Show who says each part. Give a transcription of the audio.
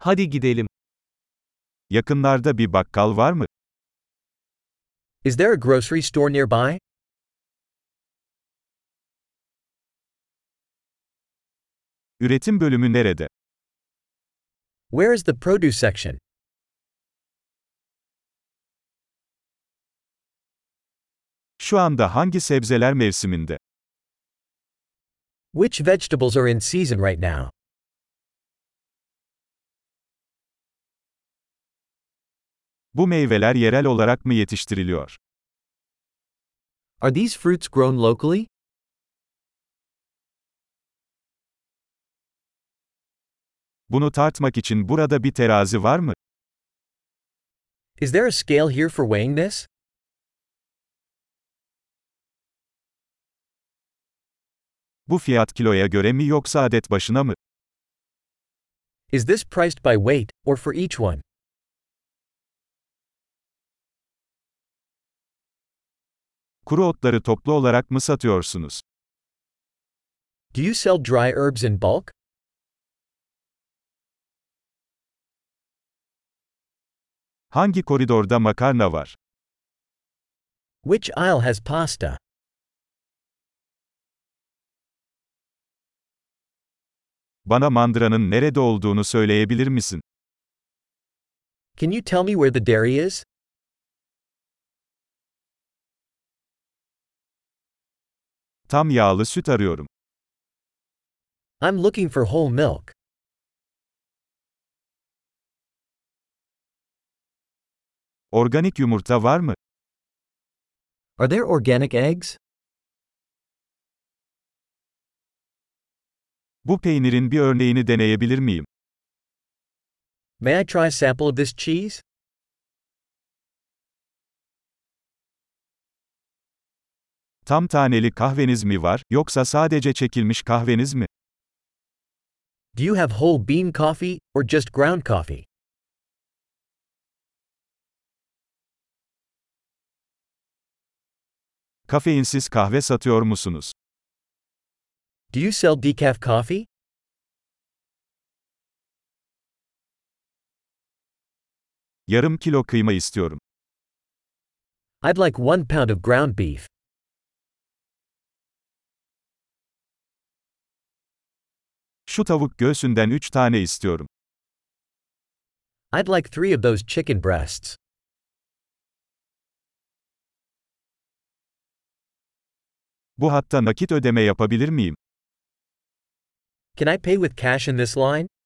Speaker 1: Hadi gidelim.
Speaker 2: Yakınlarda bir bakkal var mı?
Speaker 3: Is there a grocery store nearby?
Speaker 2: Üretim bölümü nerede?
Speaker 3: Where is the produce section?
Speaker 2: Şu anda hangi sebzeler mevsiminde?
Speaker 3: Which vegetables are in season right now?
Speaker 2: Bu meyveler yerel olarak mı yetiştiriliyor?
Speaker 3: Are these fruits grown locally?
Speaker 2: Bunu tartmak için burada bir terazi var mı?
Speaker 3: Is there a scale here for weighing this?
Speaker 2: Bu fiyat kiloya göre mi yoksa adet başına mı?
Speaker 3: Is this priced by weight, or for each one?
Speaker 2: Kuru otları toplu olarak mı satıyorsunuz?
Speaker 3: Do you sell dry herbs in bulk?
Speaker 2: Hangi koridorda makarna var?
Speaker 3: Which aisle has pasta?
Speaker 2: Bana mandıranın nerede olduğunu söyleyebilir misin?
Speaker 3: Can you tell me where the dairy is?
Speaker 2: Tam yağlı süt arıyorum.
Speaker 3: I'm looking for whole milk.
Speaker 2: Organik yumurta var mı?
Speaker 3: Are there organic eggs?
Speaker 2: Bu peynirin bir örneğini deneyebilir miyim?
Speaker 3: May I try a sample of this cheese?
Speaker 2: Tam taneli kahveniz mi var yoksa sadece çekilmiş kahveniz mi?
Speaker 3: Do you have whole bean coffee, or just ground coffee?
Speaker 2: Kafeinsiz kahve satıyor musunuz?
Speaker 3: Do you sell decaf coffee?
Speaker 2: Yarım kilo kıyma istiyorum.
Speaker 3: I'd like one pound of ground beef.
Speaker 2: Şu tavuk göğsünden 3 tane istiyorum.
Speaker 3: I'd like three of those chicken breasts.
Speaker 2: Bu hatta nakit ödeme yapabilir miyim?
Speaker 3: Can I pay with cash in this line?